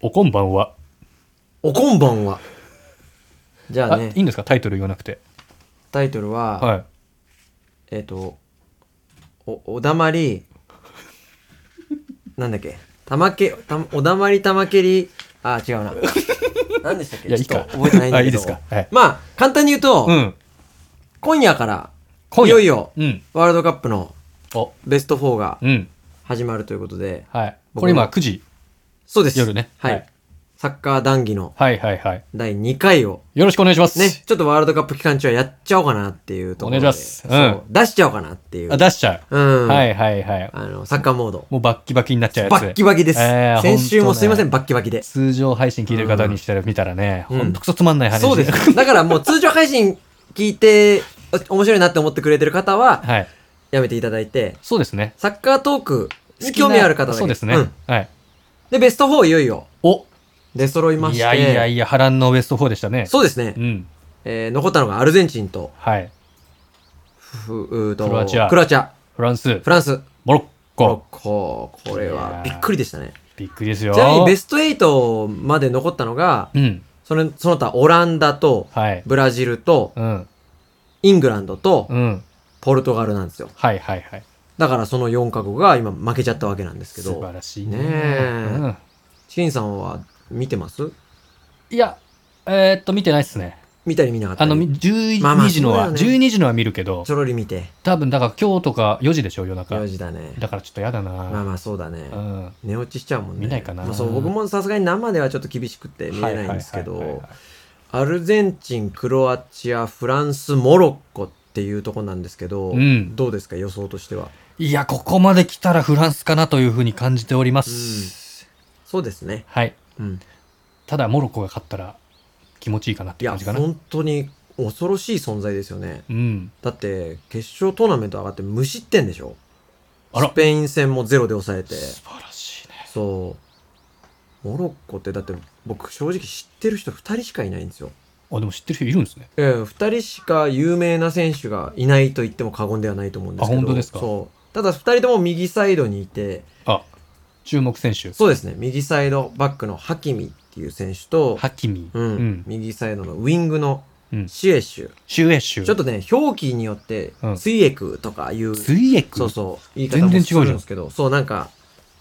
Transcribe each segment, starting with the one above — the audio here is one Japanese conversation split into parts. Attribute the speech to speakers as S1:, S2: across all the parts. S1: おこんばんは、
S2: おこんばんは。じゃあ
S1: あ
S2: ね
S1: いい、んですかタイトル言わなくて
S2: タイトルは、
S1: はい
S2: えっ、と、お、おだまり、なんだっけ、たまけ、たおだまりたまけり、あ、違うな。何でしたっけ
S1: いやいい
S2: ちょ
S1: か
S2: っと覚えてないんだけど。
S1: あいいですかはい
S2: まあ、簡単に言うと、
S1: うん
S2: 今夜から、
S1: 今
S2: い
S1: 夜
S2: よいよ、
S1: うん
S2: ワールドカップの
S1: お
S2: ベスト4が
S1: うん
S2: 始まるということで、
S1: はい
S2: 僕
S1: これ今
S2: も
S1: 9時
S2: そうです。
S1: 夜ね
S2: はい。
S1: はい
S2: サッカー談義の
S1: はいはいはい
S2: 第2回を、
S1: よろしくお願いします
S2: ね、ちょっとワールドカップ期間中はやっちゃおうかなっていうところで。
S1: お願いしますうん
S2: そう出しちゃおうかなっていう。
S1: あ出しちゃ
S2: う
S1: う、
S2: ん。
S1: はいはいはい
S2: あの、サッカーモード。
S1: もうバッキバキになっちゃうやつ
S2: バッキバキです。
S1: えー
S2: 先週も
S1: ほと
S2: すい
S1: ね
S2: ません、バッキバキで。
S1: 通常配信聞いてる方にしたら見たらね、
S2: うん
S1: ほんとくそつまんない話
S2: そうです。だからもう通常配信聞いて、お面白いなって思ってくれてる方は、
S1: はい
S2: やめていただいて、
S1: そうですね
S2: サッカートーク、興味ある方だけ
S1: そうですね、
S2: ん
S1: はい
S2: で、ベスト4いよいよ
S1: お
S2: 出揃いまし
S1: い
S2: て。
S1: やいやいや波乱のベスト4でしたね
S2: そうですね
S1: う。ん
S2: えー残ったのがアルゼンチンと、
S1: はい
S2: ふうーと
S1: クロアチア
S2: クロアチア。
S1: フランス
S2: フランス。
S1: モロッ
S2: モ
S1: コ
S2: ロッコ。これ
S1: いや
S2: は
S1: ー
S2: びっくりでしたね。
S1: びっくりですよ
S2: ちなみにベスト8まで残ったのが、
S1: うん
S2: そのその他オランダと、
S1: はい
S2: ブラジルと、
S1: うん
S2: イングランドと、
S1: うん
S2: ポルトガルなんですよ。
S1: はいはいはい
S2: だからその4カ国が今負けちゃったわけなんですけ
S1: 素
S2: ど
S1: 晴、らしい
S2: ねえ
S1: うん
S2: チキンさんは見てます
S1: いやえーっと見てないっすね
S2: 見たり見なかった
S1: あ
S2: り。
S1: の12
S2: まあまあ
S1: 時のは、
S2: そうだよね
S1: 12時のは見るけど
S2: ちょろり見て、
S1: 多分だから今日とか4時でしょ夜中
S2: 4時だね。
S1: だからちょっとやだな、
S2: まあまあそうだね。
S1: うん
S2: 寝落ちしちゃうもんね。
S1: 見ないかな
S2: まあそう、僕もさすがに生ではちょっと厳しくて見れないんですけ
S1: はいはいはい
S2: ど
S1: はい、
S2: アルゼンチン、クロアチア、フランス、モロッコっていうとこなんですけど、
S1: うん
S2: どうですか予想としては。
S1: いや、ここまで来たらフランスかなというふうに感じております。
S2: そうですね。
S1: はい。
S2: うん。
S1: ただ、モロッコが勝ったら気持ちいいかなっ
S2: い
S1: て
S2: や、
S1: 感じかな。
S2: 本当に恐ろしい存在ですよね。
S1: うん。
S2: だって、決勝トーナメント上がって無失点でしょ
S1: あら
S2: スペイン戦もゼロで抑えて。
S1: 素晴らしいね。
S2: そう。モロッコって、だって僕正直知ってる人2人しかいないんですよ。
S1: あ、でも知ってる人いるんですね。
S2: ええ、2人しか有名な選手がいないと言っても過言ではないと思うんですけど。
S1: あ本当ですか
S2: そう。ただ2人とも右サイドにいて、
S1: あ、注目選手。
S2: そうですね、右サイドバックのハキミっていう選手と、
S1: ハキミ。
S2: うん右サイドのウィングの
S1: うん
S2: シエシュ。
S1: シュエシュ。
S2: ちょっとね、表記によって
S1: う、ん
S2: スイエクとかいう
S1: ツイエク。
S2: そうそう。言い方も
S1: 全然違う
S2: す
S1: じゃん
S2: るんですけど、そう、なんか、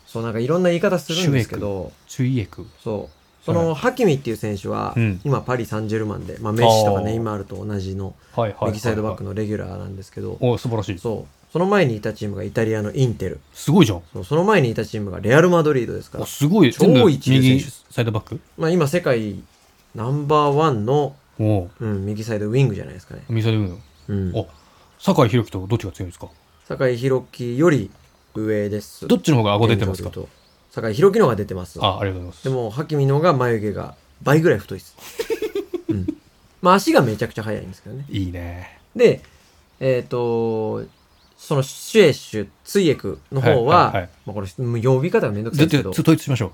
S2: そう、なんかいろんな言い方するんですけど、
S1: ツイエク。
S2: そう。その、ハキミっていう選手は、
S1: うん
S2: 今、パリ・サンジェルマンで、まあ、メッシとか
S1: あー
S2: ネイマールと同じの、
S1: はいはいはいはい。
S2: 右サイドバックのレギュラーなんですけど、
S1: お、素晴らしい。
S2: そう。その前にいたチームがイタリアのインテル。
S1: すごいじゃん。
S2: そうその前にいたチームがレアル・マドリードですから
S1: お、、すごい。
S2: 超
S1: 全部
S2: 一流選
S1: 右
S2: 手
S1: サイドバック
S2: まあ、今、世界ナンバーワンの、
S1: お
S2: うん、右サイドウィングじゃないですかね。
S1: 右サイドバック。
S2: うん。
S1: お、酒井宏樹とどっちが強いんですか
S2: 酒井宏樹より上です。
S1: どっちの方が顎出てますか
S2: 現状で言うと酒井宏樹の方が出てます。
S1: あ、ありがとうござ
S2: で
S1: います。
S2: も、ハキミの方が眉毛が倍ぐらい太い です。うん。まあ、足がめちゃくちゃ速いんですけどね。
S1: いいね。
S2: で、えっ、と、そのシュエシュ、ツイエクの方は、
S1: はいはいはい
S2: まあ、これ、もう呼び方がめんどくさ
S1: ず
S2: い
S1: っ
S2: ですけ
S1: と
S2: ど、
S1: 統一しましょう。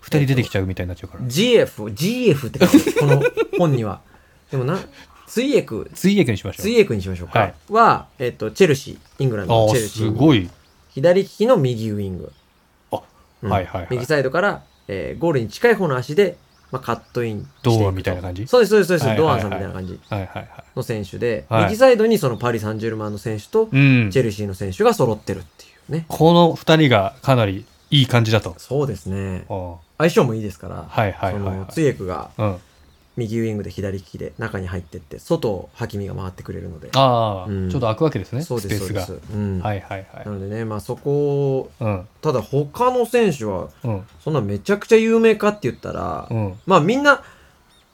S1: 二人出てきちゃうみたいになっちゃうから。
S2: GF、GF って書いてあるこの本には。 でもな、ツイエク、
S1: ツイエクにしましょう
S2: ツ。イエクにしましょうか。
S1: は
S2: はいえっ、と、チェルシー、イングランド
S1: あ
S2: の
S1: あ
S2: チェルシ
S1: す
S2: ー。
S1: ごい。
S2: 左利きの右ウィング。
S1: あ
S2: うん
S1: はいはいはい
S2: 右サイドから、えーゴールに近い方の足で、まあ、カットインしていくと。
S1: 堂安みたいな感じ
S2: そうです、そうです、そうです。
S1: はいはい
S2: ドア
S1: はい
S2: ンさんみたいな感じ
S1: はいはいはい。
S2: の選手で、
S1: はい
S2: 右サイドにそのパリ・サンジェルマンの選手と、
S1: うん
S2: チ。ェルシーの選手が揃ってるっていうね。
S1: この二人がかなりいい感じだと。
S2: そうですね。
S1: あ
S2: 相性もいいですから、
S1: はいはいはいはい
S2: そのツイエクが
S1: あうん。
S2: 右ウィングで左利きで中に入ってって、外をハキミが回ってくれるので。
S1: ああ、
S2: うん
S1: ちょっと開くわけですね、
S2: そう
S1: ス
S2: で
S1: ペー
S2: す、そう
S1: ス
S2: で
S1: が
S2: す。。うん
S1: はいはいはい
S2: な。のでね、まあそこを、
S1: うん。
S2: ただ他の選手は、
S1: うん。
S2: そんなめちゃくちゃ有名かって言ったら、
S1: うん。
S2: まあみんな、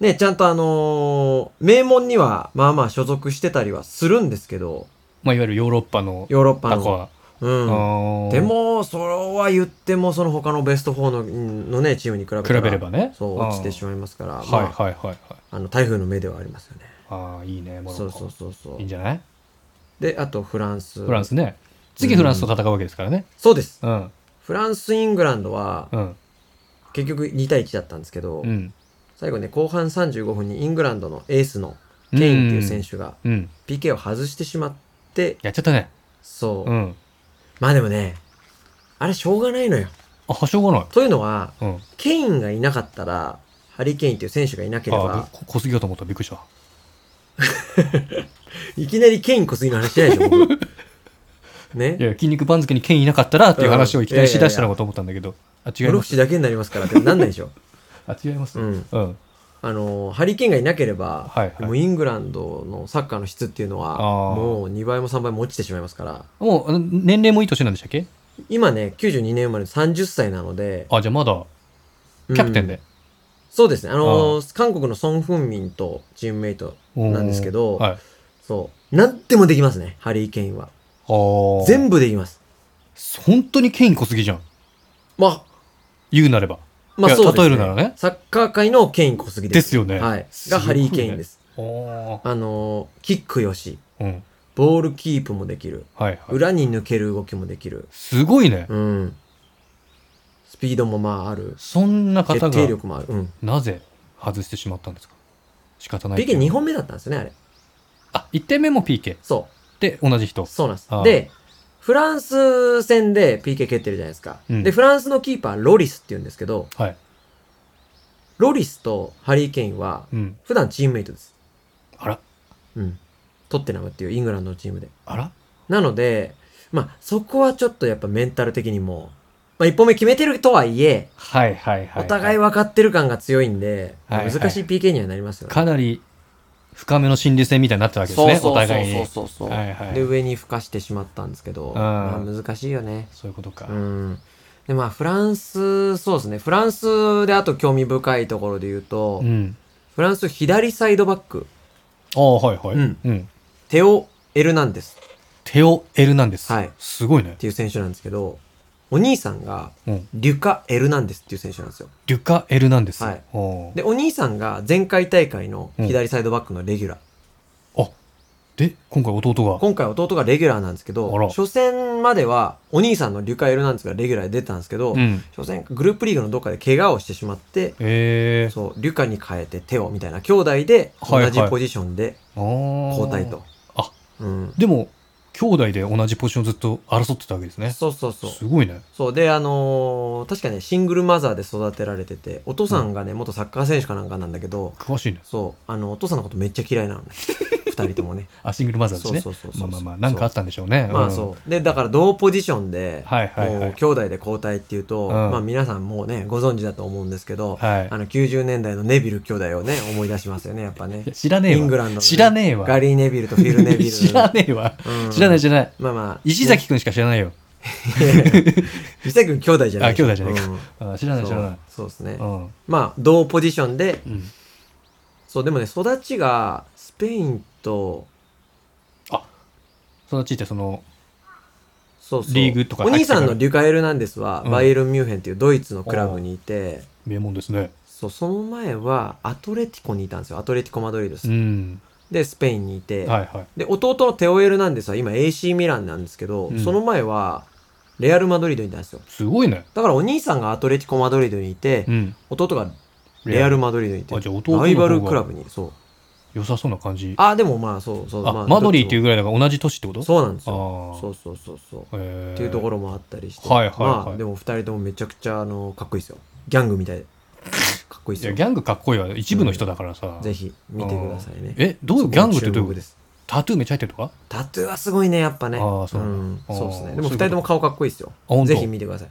S2: ね、ちゃんとあのー名門には、まあまあ所属してたりはするんですけど、
S1: まあ、いわゆるヨーロッパの
S2: ヨーロッパ
S1: タコ
S2: の。
S1: は。
S2: うん。
S1: あー
S2: で、も、それは言っても、その他のベスト4のんのね、チームに比べ
S1: 比
S2: たら
S1: べればね。
S2: そう、落ちてしまいますから、
S1: うん
S2: まあ
S1: はいはいはいはい。
S2: あの、台風の目ではありますよね。
S1: ああ、いいね、モロ
S2: そう
S1: ッコ。
S2: そうそうそう
S1: いいん。じゃない
S2: で、あとフランス。
S1: フランスね。次フランスと戦うわけですからね。
S2: そうです。
S1: うん。
S2: フランス、イングランドは、
S1: うん。
S2: 結局2対1だったんですけど、
S1: うん。
S2: 最後ね、後半35分にイングランドのエースのケインっていう選手が
S1: うん。
S2: PK を外してしまって、
S1: やっちゃったね。
S2: そう
S1: う。ん。
S2: まあでもね、あれしょうがないのよ。
S1: ああ、はしょうがない。
S2: というのは、
S1: うん。あ
S2: ケインがいなかったら、ハリケインという選手がいなければ、
S1: こ小杉かと思った。びっくりした。
S2: いきなりケイン小杉の話してないでし ょ、僕。ね
S1: い。や、筋肉番付に剣いなかったらっていう話をいきなりしだしたのかと思ったんだけど。あ、違い
S2: 室
S1: ます。
S2: 伏だけになりますからってなんないでしょ。
S1: あ、違います。
S2: う
S1: うん。
S2: ん。あの、ハリケーンがいなけれ
S1: は
S2: ば、
S1: いはい
S2: もうイングランドのサッカーの質っていうのは、
S1: あー
S2: もう2倍も3倍も落ちてしまいますから、
S1: もう、あの年齢もいい年なんでしたっけ
S2: 今ね、92年生まれ30歳なので、
S1: あ、じゃあまだ、
S2: うん
S1: キャプテンで。
S2: そうですね。あのー韓国のソン・フンミンとチームメイト、
S1: おー
S2: なんですけど
S1: はい。
S2: そう。なんでもできますね、ハリー・ケインは。
S1: ああ。
S2: 全部できます。
S1: 本当にケイン小杉じゃん。
S2: ま
S1: 言うなれば。
S2: あ、まあ
S1: いや
S2: そうです、ね。
S1: 例えるならね
S2: サッカー界のケイン小杉です。
S1: ですよね
S2: はい。
S1: すごい
S2: が
S1: ね
S2: ハリー・ケインです。
S1: おー
S2: あのーキックよし、
S1: うん。
S2: ボールキープもできる、
S1: はいはい。
S2: 裏に抜ける動きもできる、
S1: すごいね。
S2: うん。スピードもまあある。
S1: そんな方
S2: 決
S1: が、
S2: 定力もある。うん。
S1: なぜ外してしまったんですか仕方ない。
S2: PK2 本目だったんですよね、あれ。
S1: あ、1点目も PK。
S2: そ
S1: で、同じ人
S2: う。。そうなんです
S1: あ。あ
S2: で、フランス戦で PK 蹴ってるじゃないですか。
S1: うん
S2: で、フランスのキーパー、ロリスって言うんですけど、
S1: はい。
S2: ロリスとハリー・ケインは、
S1: うん。
S2: 普段チームメイトです。
S1: あら、
S2: うん。トッテナムっていうイングランドのチームで。
S1: あら
S2: なので、まあ、そこはちょっとやっぱメンタル的にも、まあ、一本目決めてるとはいえ、
S1: はいはいはい。
S2: お互い分かってる感が強いんで、
S1: はいはい
S2: 難しい PK にはなりますよね。
S1: かなり深めの心理戦みたいになってたわけですね、お互いに。
S2: そうそうそうそうそうそう
S1: はいはい
S2: で、上に吹かしてしまったんですけど、
S1: ん
S2: まあ、難しいよね。
S1: そういうことか。
S2: うん。で、まあ、フランス、そうですね。フランスであと興味深いところで言うと、
S1: うん。
S2: フランス左サイドバック、
S1: ああ、はいはい。
S2: うん
S1: うん。
S2: テオ・エルナンデスっ
S1: テオ・エルナンデス。
S2: はい
S1: すごいね。
S2: ていう選手なんですけど、お兄さんが、
S1: うん。
S2: リュカ・エルナンデスっていう選手なんですよ。
S1: リュカ・エルナンデス。
S2: はい
S1: おー
S2: で、お兄さんが前回大会の左サイドバックのレギュラー。
S1: あ、で、今回弟が。
S2: 今回弟がレギュラーなんですけど
S1: あ、ら
S2: 初戦まではお兄さんのリュカ・エルナンデスがレギュラーで出てたんですけど、
S1: うん。
S2: 初戦グループリーグのどっかで怪我をしてしまって、
S1: ええー。
S2: そう、リュカに変えてテオみたいな兄弟で
S1: はいは
S2: 同
S1: い
S2: じポジションで
S1: 交
S2: 交代と。
S1: あ
S2: うん。
S1: でも、兄弟で同じポジションずっと争ってたわけですね。
S2: そうそうそう。
S1: すごいね。
S2: そうで、あのー確かね、シングルマザーで育てられてて、お父さんがね、元サッカー選手かなんかなんだけど、
S1: 詳しいね。
S2: そう、あの、お父さんのことめっちゃ嫌いな のね。二人ともね。
S1: あ、シングルマザーですね。
S2: そうそうそうそう
S1: まあまあまあ、なんかあったんでしょうね。
S2: まあ
S1: ん
S2: そう。で、だから同ポジションで、
S1: はいはいは
S2: もう
S1: い。
S2: 兄弟で交代っていうと、
S1: うん
S2: まあ皆さんもうね、ご存知だと思うんですけど、
S1: はい
S2: あの90年代のネビル兄弟をね、思い出しますよね、やっぱね
S1: いや。知らねえ
S2: イ
S1: わ。
S2: ングランドのね、
S1: 知らねえわ。
S2: ガリー・ネビルとフィル・ネビ ル。
S1: 知らねえわ。
S2: うん
S1: 知らない知らない。
S2: まあまあ。
S1: 石崎くんしか知らないよ。
S2: ね。いやいや石崎君兄弟じゃない。
S1: あ兄弟じゃないか
S2: うん
S1: あ知らない知らない。
S2: そうそうですね
S1: う。ん。
S2: まあ、同ポジションで、
S1: うん
S2: そう、でもね、育ちが、スペインと、
S1: そのちってその、
S2: そうそう。
S1: リーグとか
S2: お
S1: 入っ
S2: 兄
S1: てた
S2: さ
S1: から
S2: んのリュカ・エルナンデスは、
S1: うん
S2: バイエルン・ミュンヘンっていうドイツのクラブにいて、
S1: 名門ですね。
S2: そう、その前はアトレティコにいたんですよ。アトレティコ・マドリードです。
S1: うん。
S2: で、スペインにいて、
S1: はいはい。
S2: で、弟のテオエルなんですは今 AC ミランなんですけど、
S1: うん
S2: その前はレアル・マドリードにいたんですよ。
S1: すごいね。
S2: だからお兄さんがアトレティコ・マドリードにいて、
S1: うん。
S2: 弟がレアル・
S1: マ
S2: マドリードにいて、
S1: あじゃあ弟の方が
S2: ライバルクラブに、そう。
S1: 良さそうな感じ。あ、
S2: あ、でもまあそうそう、まあ、
S1: マドリーっていう
S2: う
S1: ぐらいだから同じ年ってこと
S2: そうなんですよ。
S1: ああ。
S2: そうそうそうそう。
S1: へえ
S2: っていうところもあったりして、
S1: はいはいはい
S2: まあでも二人ともめちゃくちゃあのかっこいいですよ。ギャングみたいで。かっこいい
S1: い
S2: です
S1: や、
S2: よ
S1: ギ。ャングかっこいいわ。一部の人だからさ。
S2: ぜひ見てくださいね。
S1: え、どうい
S2: そうこ
S1: ギャングってどう
S2: 注
S1: いうこ
S2: 目
S1: と
S2: です。
S1: タトゥーめっちゃ入ってるとか
S2: タトゥーはすごいね、やっぱね。
S1: あーそうなんだ
S2: ん
S1: あー
S2: そうですね。
S1: そうい
S2: で
S1: うこ
S2: も
S1: と
S2: 二人とも顔かっこいいですよ。
S1: あ、ほん
S2: ぜひ見てください。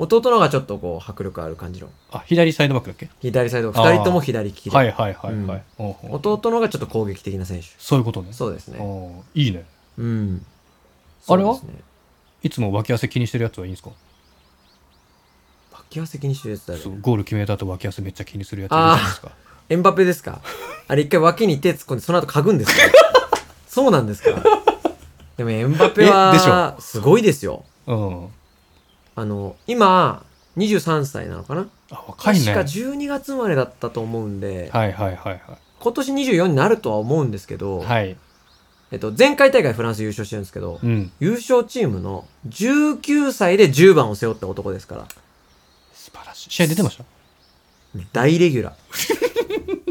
S2: 弟のがちょっとこう、迫力ある感じの。
S1: あ、左サイドバックだっけ
S2: 左サイド、
S1: あー
S2: 二人とも左利きで。
S1: はいはいはいは
S2: うん
S1: い。おうおう
S2: 弟のがちょっと攻撃的な選手。
S1: そういうことね。
S2: そうですね。
S1: おういいね。
S2: うん。
S1: あれは
S2: そうですね
S1: いつも脇汗気にしてるやつはいいんですか
S2: 脇汗気にしてるやつだよ
S1: そうゴール決めた後脇汗めっちゃ気にするやつい
S2: あー
S1: るじゃないですか。
S2: エンバペで すかあれ一回脇に手突っ込んで、その後嗅ぐんですかそうなんですかでもエンバペ
S1: えでしょ
S2: は、すごいですよ。
S1: うん。
S2: あの、今、23歳なのかな
S1: あ、若い
S2: 確
S1: ね。
S2: か
S1: はい
S2: 12月生まれだったと思うんで、
S1: はいはいは
S2: 今年24になるとは思うんですけど、
S1: い。はい。
S2: えっと、前回大会フランス優勝してるんですけど、
S1: うん。
S2: 優勝チームの19歳で10番を背負った男ですから、
S1: 素晴らしい。試合出てました
S2: 大レギュラー。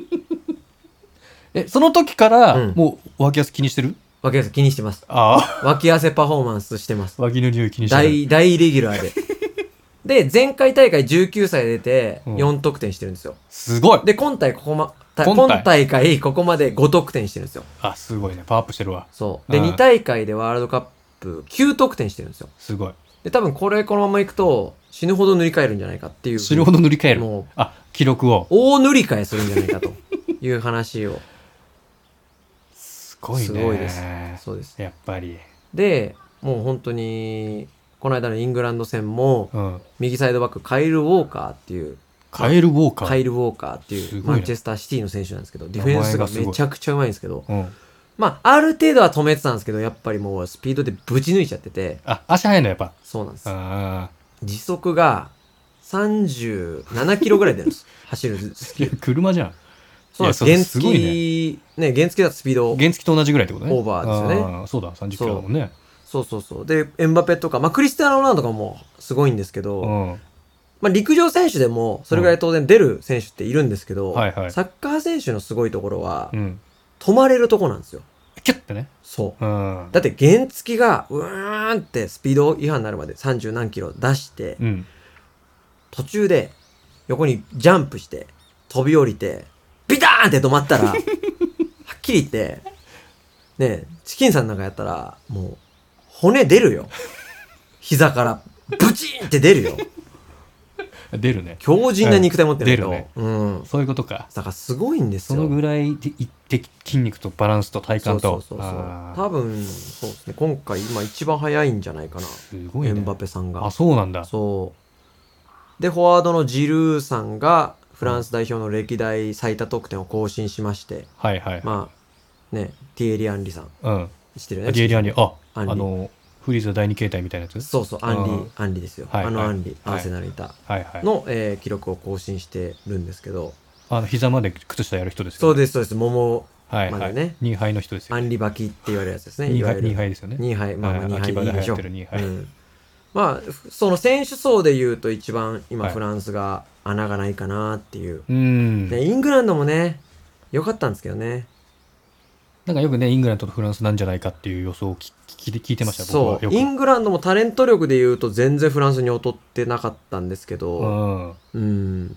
S1: え、その時から、
S2: うん
S1: もう脇汗気にしてる
S2: 脇汗気にしてます。
S1: ああ。
S2: 脇汗パフォーマンスしてます。
S1: 脇の匂い気にしてる。
S2: 大、大レギュラーで。で、前回大会19歳で出て、
S1: うん
S2: 4得点してるんですよ。
S1: すごい
S2: で、今大会ここま、た
S1: 今
S2: 今
S1: 大
S2: 大会ここまで5得点してるんですよ。
S1: あ、すごいね。パワーアップしてるわ。
S2: そう。で、
S1: うん
S2: 2大会でワールドカップ9得点してるんですよ。
S1: すごい。
S2: で、多分これこのままいくと、死ぬほど塗り替えるんじゃないかっていう。
S1: 死ぬほど塗り替える。
S2: もう、
S1: あ、記録を。
S2: 大塗り替えするんじゃないかという話 を。
S1: すごいね。
S2: すごいですそうです。
S1: やっぱり。
S2: で、もう本当に、この間のイングランド戦も、
S1: うん。
S2: 右サイドバック、カイル・ウォーカーっていう、
S1: カエル・ウォーカー。
S2: カイル・ウォーカーって
S1: すご
S2: いう
S1: いね
S2: マンチェスターシティの選手なんですけど、ディフェンスがめちゃくちゃうまいんですけど、
S1: うん。
S2: まあ、ある程度は止めてたんですけど、やっぱりもうスピードでぶち抜いちゃってて、
S1: あ、足速いの、やっぱ。
S2: そうなんです。
S1: あ
S2: 時速が37キロぐらい出るんです。 走るス
S1: あ。い
S2: キ
S1: や
S2: ー。
S1: 車じゃん。
S2: そうなんです。
S1: いや
S2: 原
S1: そうすごい
S2: 付、ね、原付だとスピード。
S1: 原付と同じぐらいってことね。
S2: オーバーですよ
S1: ね。そうだ、30キロだもんね。
S2: そうそうそう。で、エンバペとか、まあ、クリスティアーノ・ロナウドとかもすごいんですけど、
S1: う
S2: まあ、陸上選手でもそれぐらい当然出る選手っているんですけど、
S1: うんはいはい
S2: サッカー選手のすごいところは、
S1: ん。うん。
S2: 止まれるとこなんですよ。
S1: キュッてね。
S2: そう。
S1: うん。
S2: だって原付がうーんってスピード違反になるまで30何キロ出して、
S1: うん。
S2: 途中で横にジャンプして飛び降りてビターンって止まった らはっきり言ってねえチキンさんなんかやったらもう骨出るよ膝からブチーンって出るよ
S1: 出るね。
S2: 強靭な肉体持ってるけど、
S1: はい
S2: うん
S1: そういうことか。
S2: だからすごいんです
S1: そ
S2: よ
S1: のぐらいで一滴筋肉とバランスと体
S2: そ
S1: 幹
S2: うそ
S1: と
S2: う。そうそう
S1: あー
S2: 多分そうですね今回今一番早いんじゃないかな
S1: すごい
S2: エ
S1: ね。
S2: ンバペさんが
S1: あ、そうなんだ。
S2: そう。で、フォワードのジルーさんが、フランス代表の歴代最多得点を更新しまして、
S1: はいはい。
S2: まあ、ね、ティエリ・アンリさん、
S1: うん。
S2: 知ってるよ
S1: アリエ
S2: ね。
S1: リアニ、あ、
S2: ア
S1: あ
S2: ンリ
S1: の、フリーズの第二形態みたいなやつ
S2: そうそう、アンリ
S1: うん
S2: アンリですよ。
S1: はい
S2: あのアンリ、
S1: はい
S2: アーセナルいた、
S1: はいはい。
S2: の、えー記録を更新してるんですけど、
S1: あの、膝まで靴下やる人です
S2: そ
S1: よ
S2: う
S1: ね。
S2: です、そうです、桃、
S1: はい
S2: ま
S1: は
S2: だね
S1: い。二杯の人です
S2: ア
S1: よね。
S2: ンリバキって言われるやつですね。い
S1: 二
S2: わ
S1: 杯、
S2: ゆる
S1: 二杯ですよね。
S2: 2杯、まあまあ
S1: はい
S2: 2杯
S1: 秋葉
S2: でいいで
S1: で
S2: し
S1: 流
S2: ょ
S1: 行
S2: う
S1: ってる2。
S2: う
S1: 杯
S2: んまあ、ふその選手層で言うと一番今
S1: はい
S2: フランスが穴がないかなっていう
S1: うん。
S2: ね、イングランドもね、良かったんですけどね。
S1: なんかよくね、イングランドとフランスなんじゃないかっていう予想を聞き聞いてました、僕
S2: そ
S1: は
S2: う。
S1: よく。
S2: イングランドもタレント力で言うと全然フランスに劣ってなかったんですけ
S1: う
S2: ど、
S1: ん。
S2: うん、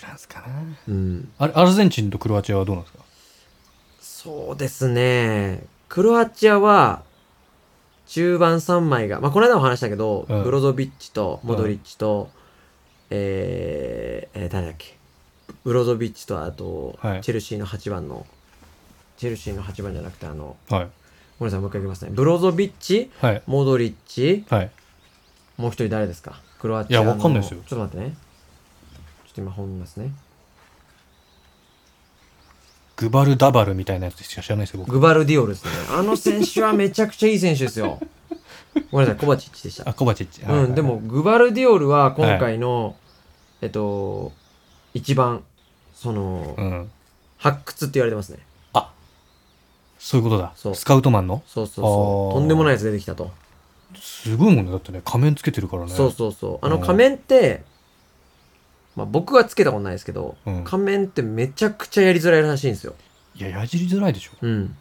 S1: フランスかな。
S2: うん。
S1: あれアルゼンチンとクロアチアはどうなんですか
S2: そうですね。クロアチアは、中盤3枚が、まあ、この間も話したけど、
S1: うん
S2: ブロゾビッチとモドリッチと、えー、えー誰だっけ。ブロゾビッチと、あと、
S1: はい
S2: チェルシーの8番の、チェルシーの8番じゃなくて、あの、
S1: はい。
S2: ごめんなさい、もう一回言いきますね。ブロゾビッチ、
S1: はい。
S2: モドリッチ、
S1: はい。
S2: もう一人誰ですかクロアチアの。
S1: いやわかんないですよ
S2: ちょっと待ってね。ちょっと今本見ますね。
S1: グバルダバルみたいなやつしか知らないですよ、僕。
S2: グバルディオルですね。あの選手はめちゃくちゃいい選手で すよ。ごめんなさい、コバチッチでした。
S1: あ、コバチッチ。はい
S2: うん、でも、、グバルディオルは今回の、えっと、一番、その、
S1: うん。
S2: 発掘って言われてますね。
S1: あ、そういうことだ。
S2: そう
S1: スカウトマンの
S2: そうそう
S1: あ
S2: そ
S1: ー
S2: う。とんでもないやつ出てきたと。
S1: すごいもんね。だってね、仮面つけてるからね。
S2: そうそうそう。あの
S1: うん
S2: 仮面って、まあ僕はつけたことないですけど、
S1: うん
S2: 仮面ってめちゃくちゃやりづらいらしいんですよ。
S1: いや、やじりづらいでしょ。
S2: うん。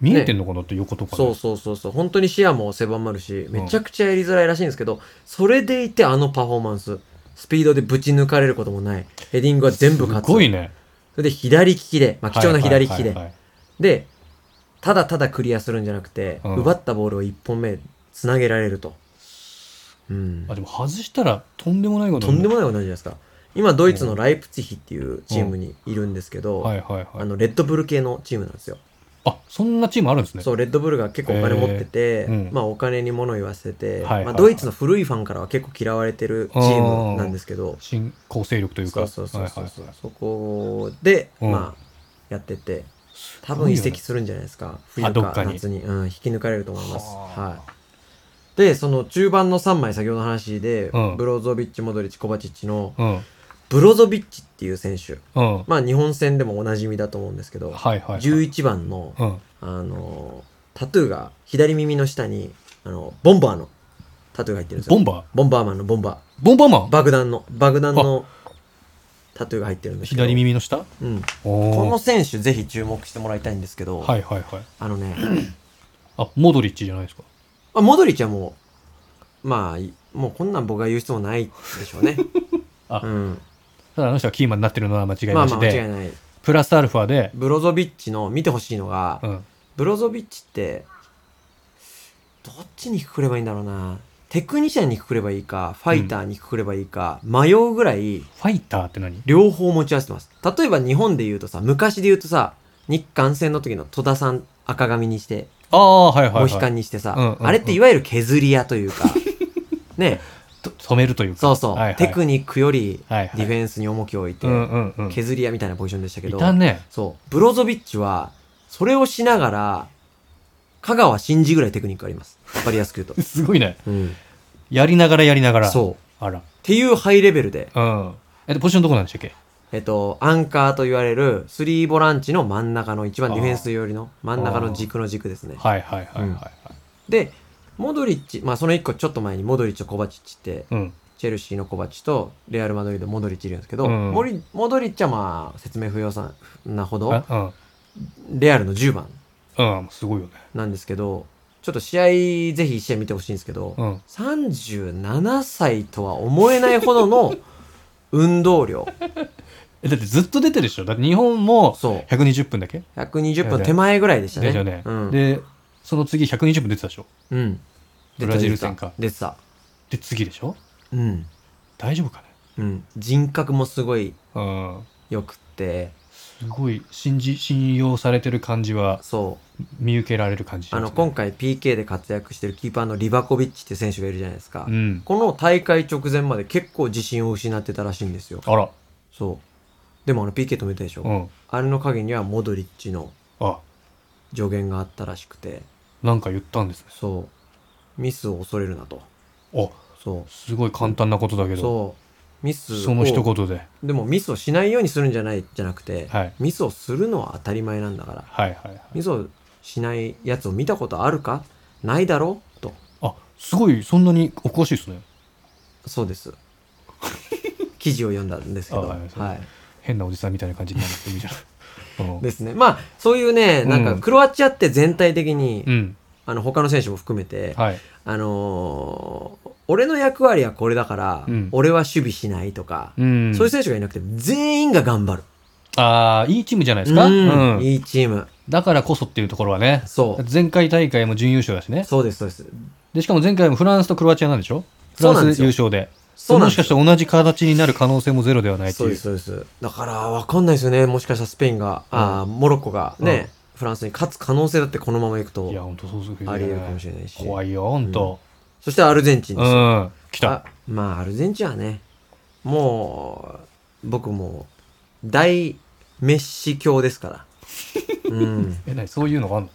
S1: 見えてんのかなって横とかね。
S2: そうそうそうそう本当に視野も狭まるしめちゃくちゃやりづらいらしいんですけど、それでいてあのパフォーマンススピードでぶち抜かれることもないヘディングは全部勝つ
S1: すごいね。
S2: それで左利きで、まあ、貴重な左利き
S1: はい
S2: で、
S1: はいはいはい
S2: でただただクリアするんじゃなくて、
S1: うん
S2: 奪ったボールを1本目つなげられると、うん
S1: あ、、でも外したらとんでもないこと
S2: とんでも
S1: い。
S2: ないことなんじゃないですか今ドイツのライプツィヒっていうチームにいるんですけど、
S1: はいはい
S2: あ
S1: はい。
S2: のレッドブル系のチームなんですよ
S1: あ、そんなチームあるんですね。
S2: そうレッドブルが結構お金持ってて、
S1: えーうん
S2: まあ、お金に物言わせて、
S1: はいはい
S2: まあ、ドイツの古いファンからは結構嫌われてるチームなんですけど
S1: 新構成力という
S2: そ
S1: か。
S2: うそうそうそう、
S1: はいはいはい
S2: そこで、
S1: うん
S2: まあ、やってて多
S1: すご
S2: 分
S1: い
S2: 移
S1: よね
S2: 籍するんじゃないですか冬
S1: あどっ
S2: か
S1: かに
S2: 夏にうん、引き抜かれると思います、
S1: はあ
S2: はい、でその中盤の3枚先ほどの話で、
S1: うん
S2: ブロゾビッチモドリッチコバチッチの
S1: うん。
S2: ブロゾビッチっていう選手
S1: うん。
S2: まあ日本戦でもおなじみだと思うんですけど、
S1: はいはいはい。
S2: 11番の
S1: うん。
S2: あのタトゥーが左耳の下にあのボンバーのタトゥーが入ってるんですよ
S1: ボンバー
S2: ボンバーマンのボンバ
S1: ボンバーマン
S2: ー爆弾の爆弾のタトゥーが入ってるんですけど
S1: 左、耳の下
S2: うん、こ
S1: お
S2: の
S1: お。
S2: 選手ぜひ注目してもらいたいんですけど、
S1: はいはいはい。
S2: あのね
S1: あ、モドリッチじゃないですか。
S2: あモドリッチはもうまあいもうこんなん僕が言う必要もないでしょうね。
S1: あ
S2: うん、
S1: ただあの人はキーマンになってるのは間違い
S2: まあ
S1: な
S2: まあ
S1: し
S2: 間違
S1: で、
S2: いない。
S1: プラスアルファで、
S2: ブロゾビッチの見てほしいのが、
S1: うん。
S2: ブロゾビッチって、どっちにくくればいいんだろうな。テクニシャンにくくればいいか、ファイターにくくればいいか、迷うぐらい
S1: ファイターって何
S2: 両方持ち合わせてます。例えば日本で言うとさ、昔で言うとさ、日韓戦の時の戸田さん赤髪にして、
S1: ああ、はいはい、はい。
S2: モヒカンにしてさ、
S1: うんうんうん
S2: あれっていわゆる削り屋というか、 ね、
S1: と染めるというか。
S2: そうそう、
S1: はいはい
S2: テクニックよりデ
S1: はいはい
S2: ィフェンスに重きを置いて、
S1: うんうんうん。
S2: 削り屋みたいなポジションでしたけ
S1: い
S2: ど、
S1: たね。。
S2: そう、ブロゾビッチは、それをしながら、香川真司ぐらいテクニックあります。わかりやすく言うと
S1: すごいね。
S2: うん、
S1: やりながらやりながら。
S2: そう。っ
S1: あら。
S2: ていうハイレベルで、
S1: うん。えっと、ポジションどこなんでしたっけ
S2: えっと、アンカーと言われる、スリーボランチの真ん中の、一番ディフェンス寄りの、真ん中の軸の軸ですね。
S1: はいはいはいはいはい。
S2: で、モドリッチ、まあその一個ちょっと前にモドリッチとコバチッチって、
S1: うん。
S2: チェルシーのコバチとレアル・マドリードモドリッチいるんですけ
S1: う
S2: ど、
S1: ん
S2: モリモドリッチはまあ説明不要さなほど
S1: あ
S2: レアルの10番
S1: うん。うん。すごいよね。
S2: なんですけどちょっと試合ぜひ試合見てほしいんですけど、
S1: うん。
S2: 37歳とは思えないほどの運 動量
S1: え、だってずっと出てるでしょだって日本も
S2: そ
S1: 120分だっけ
S2: う120分手前ぐらいでしたね
S1: 出たよね
S2: うん、
S1: で、その次120分出てたでしょ
S2: うん、
S1: ブラジル戦か
S2: 出てた
S1: で、次でしょ
S2: 出てたうん、
S1: 大丈夫かね
S2: うん、人格もすごい
S1: うん。
S2: よくって
S1: すごい、信じ、信用されてる感じは、
S2: そう
S1: 見受けられる感じし
S2: あ
S1: ますね
S2: の今回 PK で活躍してるキーパーのリバコビッチって選手がいるじゃないですか、
S1: うん。
S2: この大会直前まで結構自信を失ってたらしいんですよ
S1: あら。
S2: そうでもあの PK 止めたでしょ、
S1: うん。
S2: あれの影にはモドリッチの
S1: あ、
S2: 助言があったらしくて
S1: なんか言ったんですね。
S2: そうミスを恐れるなと
S1: あ、
S2: そ
S1: すごい簡単なことだけ
S2: う
S1: ど、
S2: そうミスを
S1: その一言で。
S2: でもミスをしないようにするんじゃないじゃなくて、
S1: はい
S2: ミスをするのは当たり前なんだから
S1: はいはいはい。
S2: ミスをしないやつを見たことあるかないだろうと
S1: あ、すごい、そんなにお詳しいですね。
S2: そうです 記事を読んだんですけど
S1: あはいそう
S2: はい
S1: 変なおじさんみたいな感じになってるみ たいな。うん
S2: ですね。まあ、そういうね、なんか、
S1: うん
S2: クロアチアって全体的に、
S1: うん。
S2: あの、他の選手も含めて、
S1: はい。
S2: あのー俺の役割はこれだから、
S1: うん
S2: 俺は守備しないとか、
S1: うん。
S2: そういう選手がいなくて、全員が頑張る。
S1: ああ、いいチームじゃないですか。
S2: うん
S1: うん
S2: いいチーム。
S1: だからこそっていうところはね。
S2: そう。
S1: 前回大会も準優勝だしね。
S2: そうです、そうです。
S1: で、しかも前回もフランスとクロアチアなんでしょフ
S2: そ
S1: ラ
S2: うなんで
S1: ン
S2: す
S1: ス
S2: よ
S1: 優勝で。
S2: そうなん
S1: も
S2: で
S1: し
S2: す
S1: かして
S2: よ。
S1: 同じ形になる可能性もゼロではないって
S2: そう
S1: い
S2: で
S1: う。
S2: す、そうです。だから、わかんないですよね。もしかしたらスペインが、あーモロッコがね、フランスに勝つ可能性だってこのままいく
S1: いや、
S2: と、
S1: 本当そうするよね
S2: あり得るかもしれないし。
S1: 怖いよ、本当。
S2: そしてアルゼンチン
S1: う
S2: ですよ。
S1: ん。来
S2: あ
S1: た。
S2: まあアルゼンチンはねもう僕もう大メッシ教です から、うん、
S1: え、何そういうのがあんの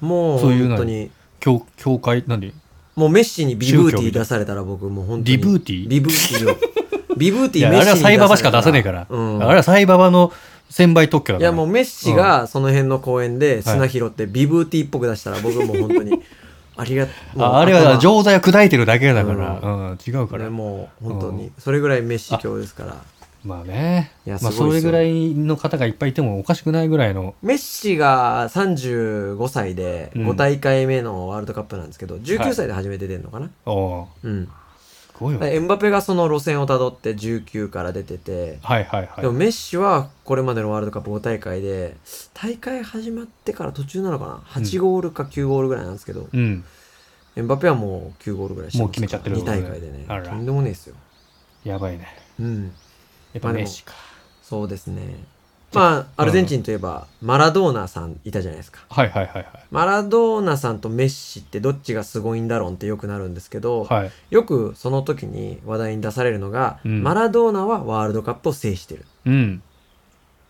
S2: もう
S1: そういう
S2: 本
S1: 何
S2: 当に
S1: 教、教会、何
S2: もうメッシにビブーテ
S1: 宗教
S2: ィ
S1: み
S2: ー
S1: たい
S2: 出されたら僕もう本当
S1: リ
S2: に
S1: ブーティー
S2: ビブーテ ィーをビブーテ
S1: い
S2: ィ
S1: や、
S2: ーメッ
S1: あ
S2: シ
S1: れ
S2: に
S1: はサイババし
S2: され
S1: か
S2: たら
S1: 出せねえから。
S2: うん
S1: あれはサイババの1000倍特許だ
S2: い
S1: から。
S2: やもうメッシがその辺の公園で砂拾ってビブーティーっぽく出したら僕もう本当 にありがとう
S1: ああれは錠剤を砕いてるだけだか
S2: う
S1: ら。うん、違うから。
S2: もう本当
S1: う
S2: に
S1: ん
S2: それぐらいメッシ教ですから
S1: まあね。
S2: いや
S1: まあ、
S2: すご
S1: そ
S2: いで
S1: れ
S2: すよ
S1: ぐらいの方がいっぱいいてもおかしくないぐらいの。
S2: メッシが35歳で
S1: うん
S2: 5大会目のワールドカップなんですけど、19歳で初めて出るのかな、
S1: おー
S2: うん。
S1: すごいよ。はい
S2: エムバペがその路線をたどって19から出てて、
S1: はいはい
S2: でも。メッシはこれまでのワールドカップ5大会で、大会始まってから途中なのかな ?8 ゴールか9ゴールぐらいなんですけど、
S1: うん。
S2: エムバペはもう9ゴールぐらいしてますから
S1: もう決めちゃってる
S2: 2大会でね
S1: あ。ら
S2: とんでもねえですよ。
S1: やばいね。
S2: うん。
S1: やっぱメッシか。
S2: そうですね。まあ、アルゼンチンといえば、マラドーナさんいたじゃないですか。
S1: はいはいはいは
S2: マラドーナさんとメッシってどっちがすごいんだろうってよくなるんですけど、
S1: い。はい。
S2: よくその時に話題に出されるのが、
S1: うん
S2: マラドーナはワールドカップを制してる。
S1: うん。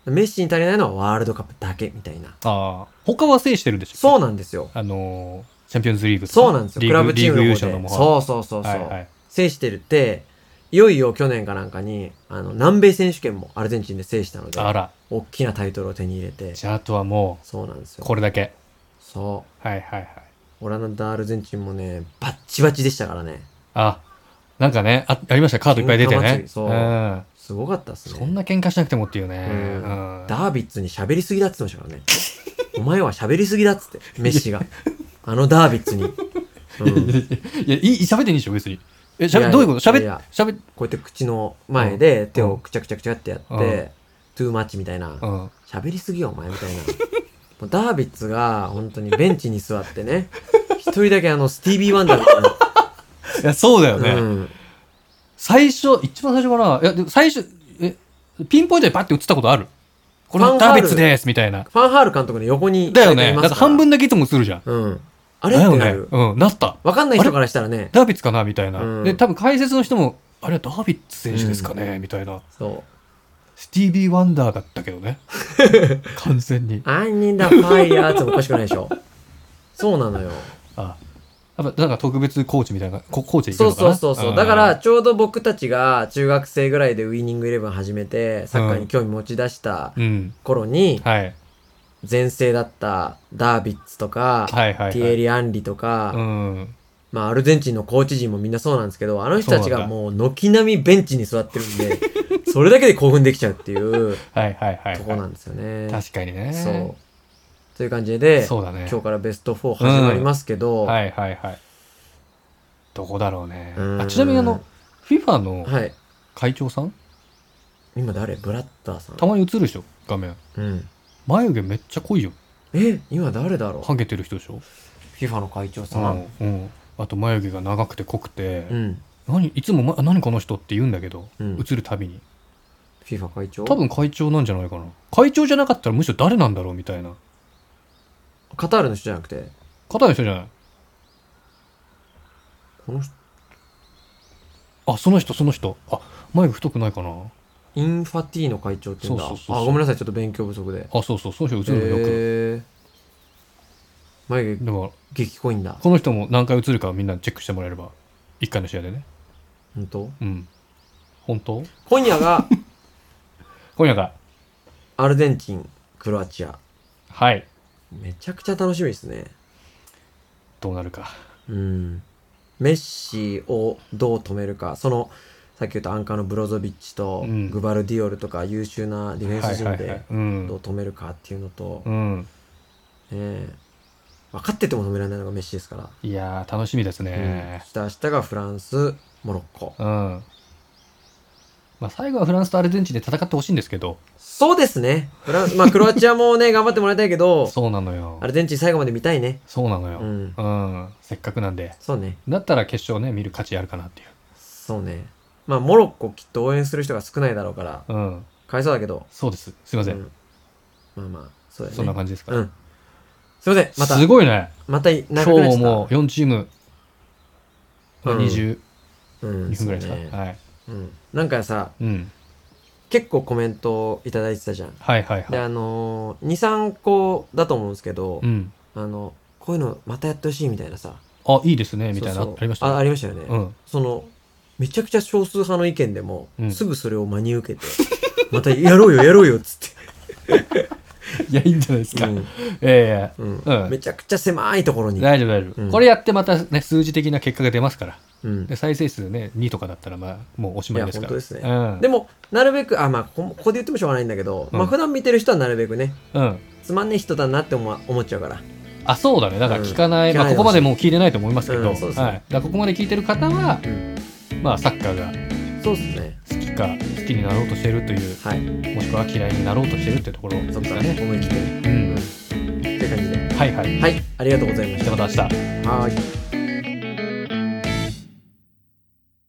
S2: メッシに足りないのはワールドカップだけみたいな。
S1: ああ。他は制してるんでしょ
S2: そう
S1: う
S2: なんですよ。
S1: あのー、チャンピオンズリーグとか
S2: そうなんですよ。
S1: リ
S2: クラ
S1: ーグ
S2: ブチーム
S1: リーグ優
S2: の
S1: 勝
S2: 方
S1: の
S2: で。
S1: も
S2: そうそうそうそう、
S1: はいはい。
S2: 制してるって、いよいよ去年かなんかに、あの、南米選手権もアルゼンチンで制したので、
S1: あら。
S2: 大きなタイトルを手に入れて、
S1: じゃああとはも
S2: そうなんです
S1: う、
S2: よ。
S1: これだけ。
S2: そう。
S1: はいはいはい。
S2: オランダ、アルゼンチンもね、バッチバチでしたからね。
S1: あ、なんかね、あありました。カードいっぱい出て
S2: 喧嘩祭
S1: ね。
S2: り。そうんすごかったっすね。
S1: そんな喧嘩しなくてもっていうね。
S2: うん
S1: うん
S2: ダービッツに喋りすぎだっつってましたからね。お前は喋りすぎだっ つって、メッシが。あのダービッツに。うん
S1: いや、いい、喋っていいでしょ、別に。え、しゃ
S2: いや
S1: べ、
S2: いや
S1: どういうことしゃべ
S2: いやいや、
S1: しゃべ、
S2: こうやって口の前で手
S1: う
S2: を
S1: ん
S2: くちゃくちゃくちゃってやって、
S1: うん
S2: トゥーマッチみたいな
S1: う。ん。
S2: 喋りすぎよ、お前みたいな。もうダービッツが、本当にベンチに座ってね、一人だけあの、スティービー・ワンダーみたいな。
S1: いや、そうだよね。
S2: うん。
S1: 最初、一番最初かな。いや、でも最初、え、ピンポイントでパッて映ったことあるこれ
S2: ファンハ
S1: ダ
S2: ー
S1: ー
S2: ル
S1: ビッツですみたいな。
S2: ファンハール監督の横に
S1: だよね。だ
S2: いま
S1: って
S2: すから
S1: 半分だけいつも映るじゃん。
S2: うん。あれっ
S1: だよ
S2: てな
S1: ね。
S2: る。
S1: うん、なった。
S2: わかんない人からしたらね、
S1: ダービッツかなみたいな、
S2: うん
S1: で多分解説の人もあれはダービッツ選手ですかね、みたいな
S2: そう。
S1: スティービー・ワンダーだったけど ね完全に
S2: アンニンダファイヤーってもおかしくないでしょ。そうなのよ。
S1: あやっぱなんか特別コーチみたいなココーチでいる
S2: そう
S1: のか
S2: そ
S1: な
S2: うそうそう。
S1: ん
S2: だから、ちょうど僕たちが中学生ぐらいでウイニングイレブン始めて、サッカーに興味持ち出した
S1: うん
S2: 頃に、
S1: はい
S2: 前世だったダービッツと
S1: は
S2: か、
S1: いはいはい
S2: ティエリ・アンリとか、
S1: うん
S2: まあ、アルゼンチンのコーチ陣もみんなそうなんですけど、あの人たち
S1: そうな
S2: が
S1: んだ
S2: もう軒並みベンチに座ってるんで、それだけで興奮できちゃうっていう
S1: はいはいはい、
S2: とこなんですよね。
S1: 確かにね
S2: そう。という感じで、
S1: そうだね
S2: 今日からベスト4始まりますけど、
S1: はいはいはいどこだろうね
S2: うん
S1: あちなみにあの FIFA の
S2: はい。
S1: 会長さん、
S2: 今誰ブラッターさん。
S1: たまに映るでしょ画面
S2: うん。
S1: 眉毛めっちゃ濃いよ
S2: え、今誰だろう
S1: ハゲてる人でしょ
S2: ?FIFA の会長さん。
S1: うん、うん、あと眉毛が長くて濃くて、
S2: うん。
S1: 何いつも、ま「あ何この人」って言うんだけど、
S2: うん
S1: 映るたびに
S2: FIFA 会長
S1: 多分会長なんじゃないかな会長じゃなかったらむしろ誰なんだろうみたいな
S2: カタールの人じゃなくて、
S1: 肩の人じゃない
S2: この人、
S1: あその人その人あ眉毛太くないかな
S2: インファティーノ会長って言うんだ。
S1: そうそうそうそう
S2: あ、ごめんなさい。ちょっと勉強不足で。
S1: あそうそうその人映るのよく、
S2: えー、眉毛
S1: だから
S2: 激濃いんだ。
S1: この人も何回映るかみんなチェックしてもらえれば1回の試合でね
S2: 本当
S1: うん本当
S2: 今夜 が
S1: 今夜が
S2: アルゼンチン、クロアチア。
S1: はい
S2: めちゃくちゃ楽しみですね。
S1: どうなるか
S2: うん。メッシをどう止めるか、その、さっき言ったアンカーのブロゾビッチと
S1: うん
S2: グバルディオルとか優秀なディフェ
S1: は
S2: ン
S1: い
S2: ス
S1: は
S2: 陣
S1: いは
S2: で
S1: いう、
S2: どうん止めるかっていうのと
S1: う、ん、
S2: ねえ分かってても止められないのがメッシですから。
S1: いやー楽しみです
S2: うん
S1: ね
S2: そして明日がフランス、モロッコ。
S1: うん、まあ、最後はフランスとアルゼンチンで戦ってほしいんですけど
S2: そうですね。フランス、まあクロアチアもね、頑張ってもらいたいけど、
S1: そうなのよ
S2: アルゼンチン最後まで見たいね。
S1: そうなのよ、
S2: う
S1: うん
S2: ん。
S1: せっかくなんで
S2: そうね。
S1: だったら決勝ね見る価値あるかなってい
S2: そうね。まあ、モロッコきっと応援する人が少ないだろうから、
S1: う、うん、
S2: かわいそうだけど。
S1: そうですすいません、
S2: うんまあまあ、そうだよね。
S1: そんな感じですか、
S2: うん。すいません。また、
S1: すごいね
S2: また
S1: 今
S2: 長くなっち
S1: 日
S2: ゃった。
S1: も4チーム、
S2: うん
S1: 22
S2: うん、
S1: 分ぐらいですか、
S2: そうね
S1: はい、
S2: うん。なんかさ、
S1: うん、
S2: 結構コメントいただいてたじゃん。
S1: はいはい
S2: で、
S1: はい
S2: あのー、2、3個だと思うんですけど、
S1: うん
S2: あの、こういうのまたやってほしいみたいなさ。
S1: あいいですねみたいな
S2: そうそう
S1: ありました
S2: あ、ありましたよね。
S1: うん
S2: その、めちゃくちゃ少数派の意見でも、
S1: うん
S2: すぐそれを真に受けて、 またやろうよ、やろうよ、っつっ
S1: いやいいんじゃないです
S2: て。
S1: か、
S2: う
S1: え
S2: ん
S1: え
S2: うん
S1: うん
S2: めちゃくちゃ狭いところに。
S1: 大丈夫大丈夫、
S2: うん
S1: これやってまたね数字的な結果が出ますから
S2: うん
S1: で、再生数ね2とかだったらまあもうおしまいですから
S2: いや本当ですね
S1: うん、
S2: でも、なるべく、あ、まあ、こここで言ってもしょうがないんだけど、
S1: うん
S2: まあ、普段見てる人はなるべくね、
S1: うん
S2: つまんねえ人だなって思わ思っちゃうから。
S1: あそうだねだから聞かない、
S2: うん
S1: まあ、
S2: 聞かないでほし
S1: こ
S2: い
S1: こまでもう聞いてないと思いますけど、
S2: うんそうですね
S1: はい、だからここまで聞いてる方は、
S2: うん
S1: まあ、サッカーが
S2: そうですね。
S1: 好きか好きになろうとしてるという
S2: はい。
S1: もしくは嫌いになろうとしてるってところです
S2: そ
S1: か
S2: っからね、
S1: ね、
S2: 思い切って。
S1: うん
S2: って感じで。
S1: はいはい
S2: はい、ありがとうございまし
S1: じゃあまた明日
S2: た。はーい。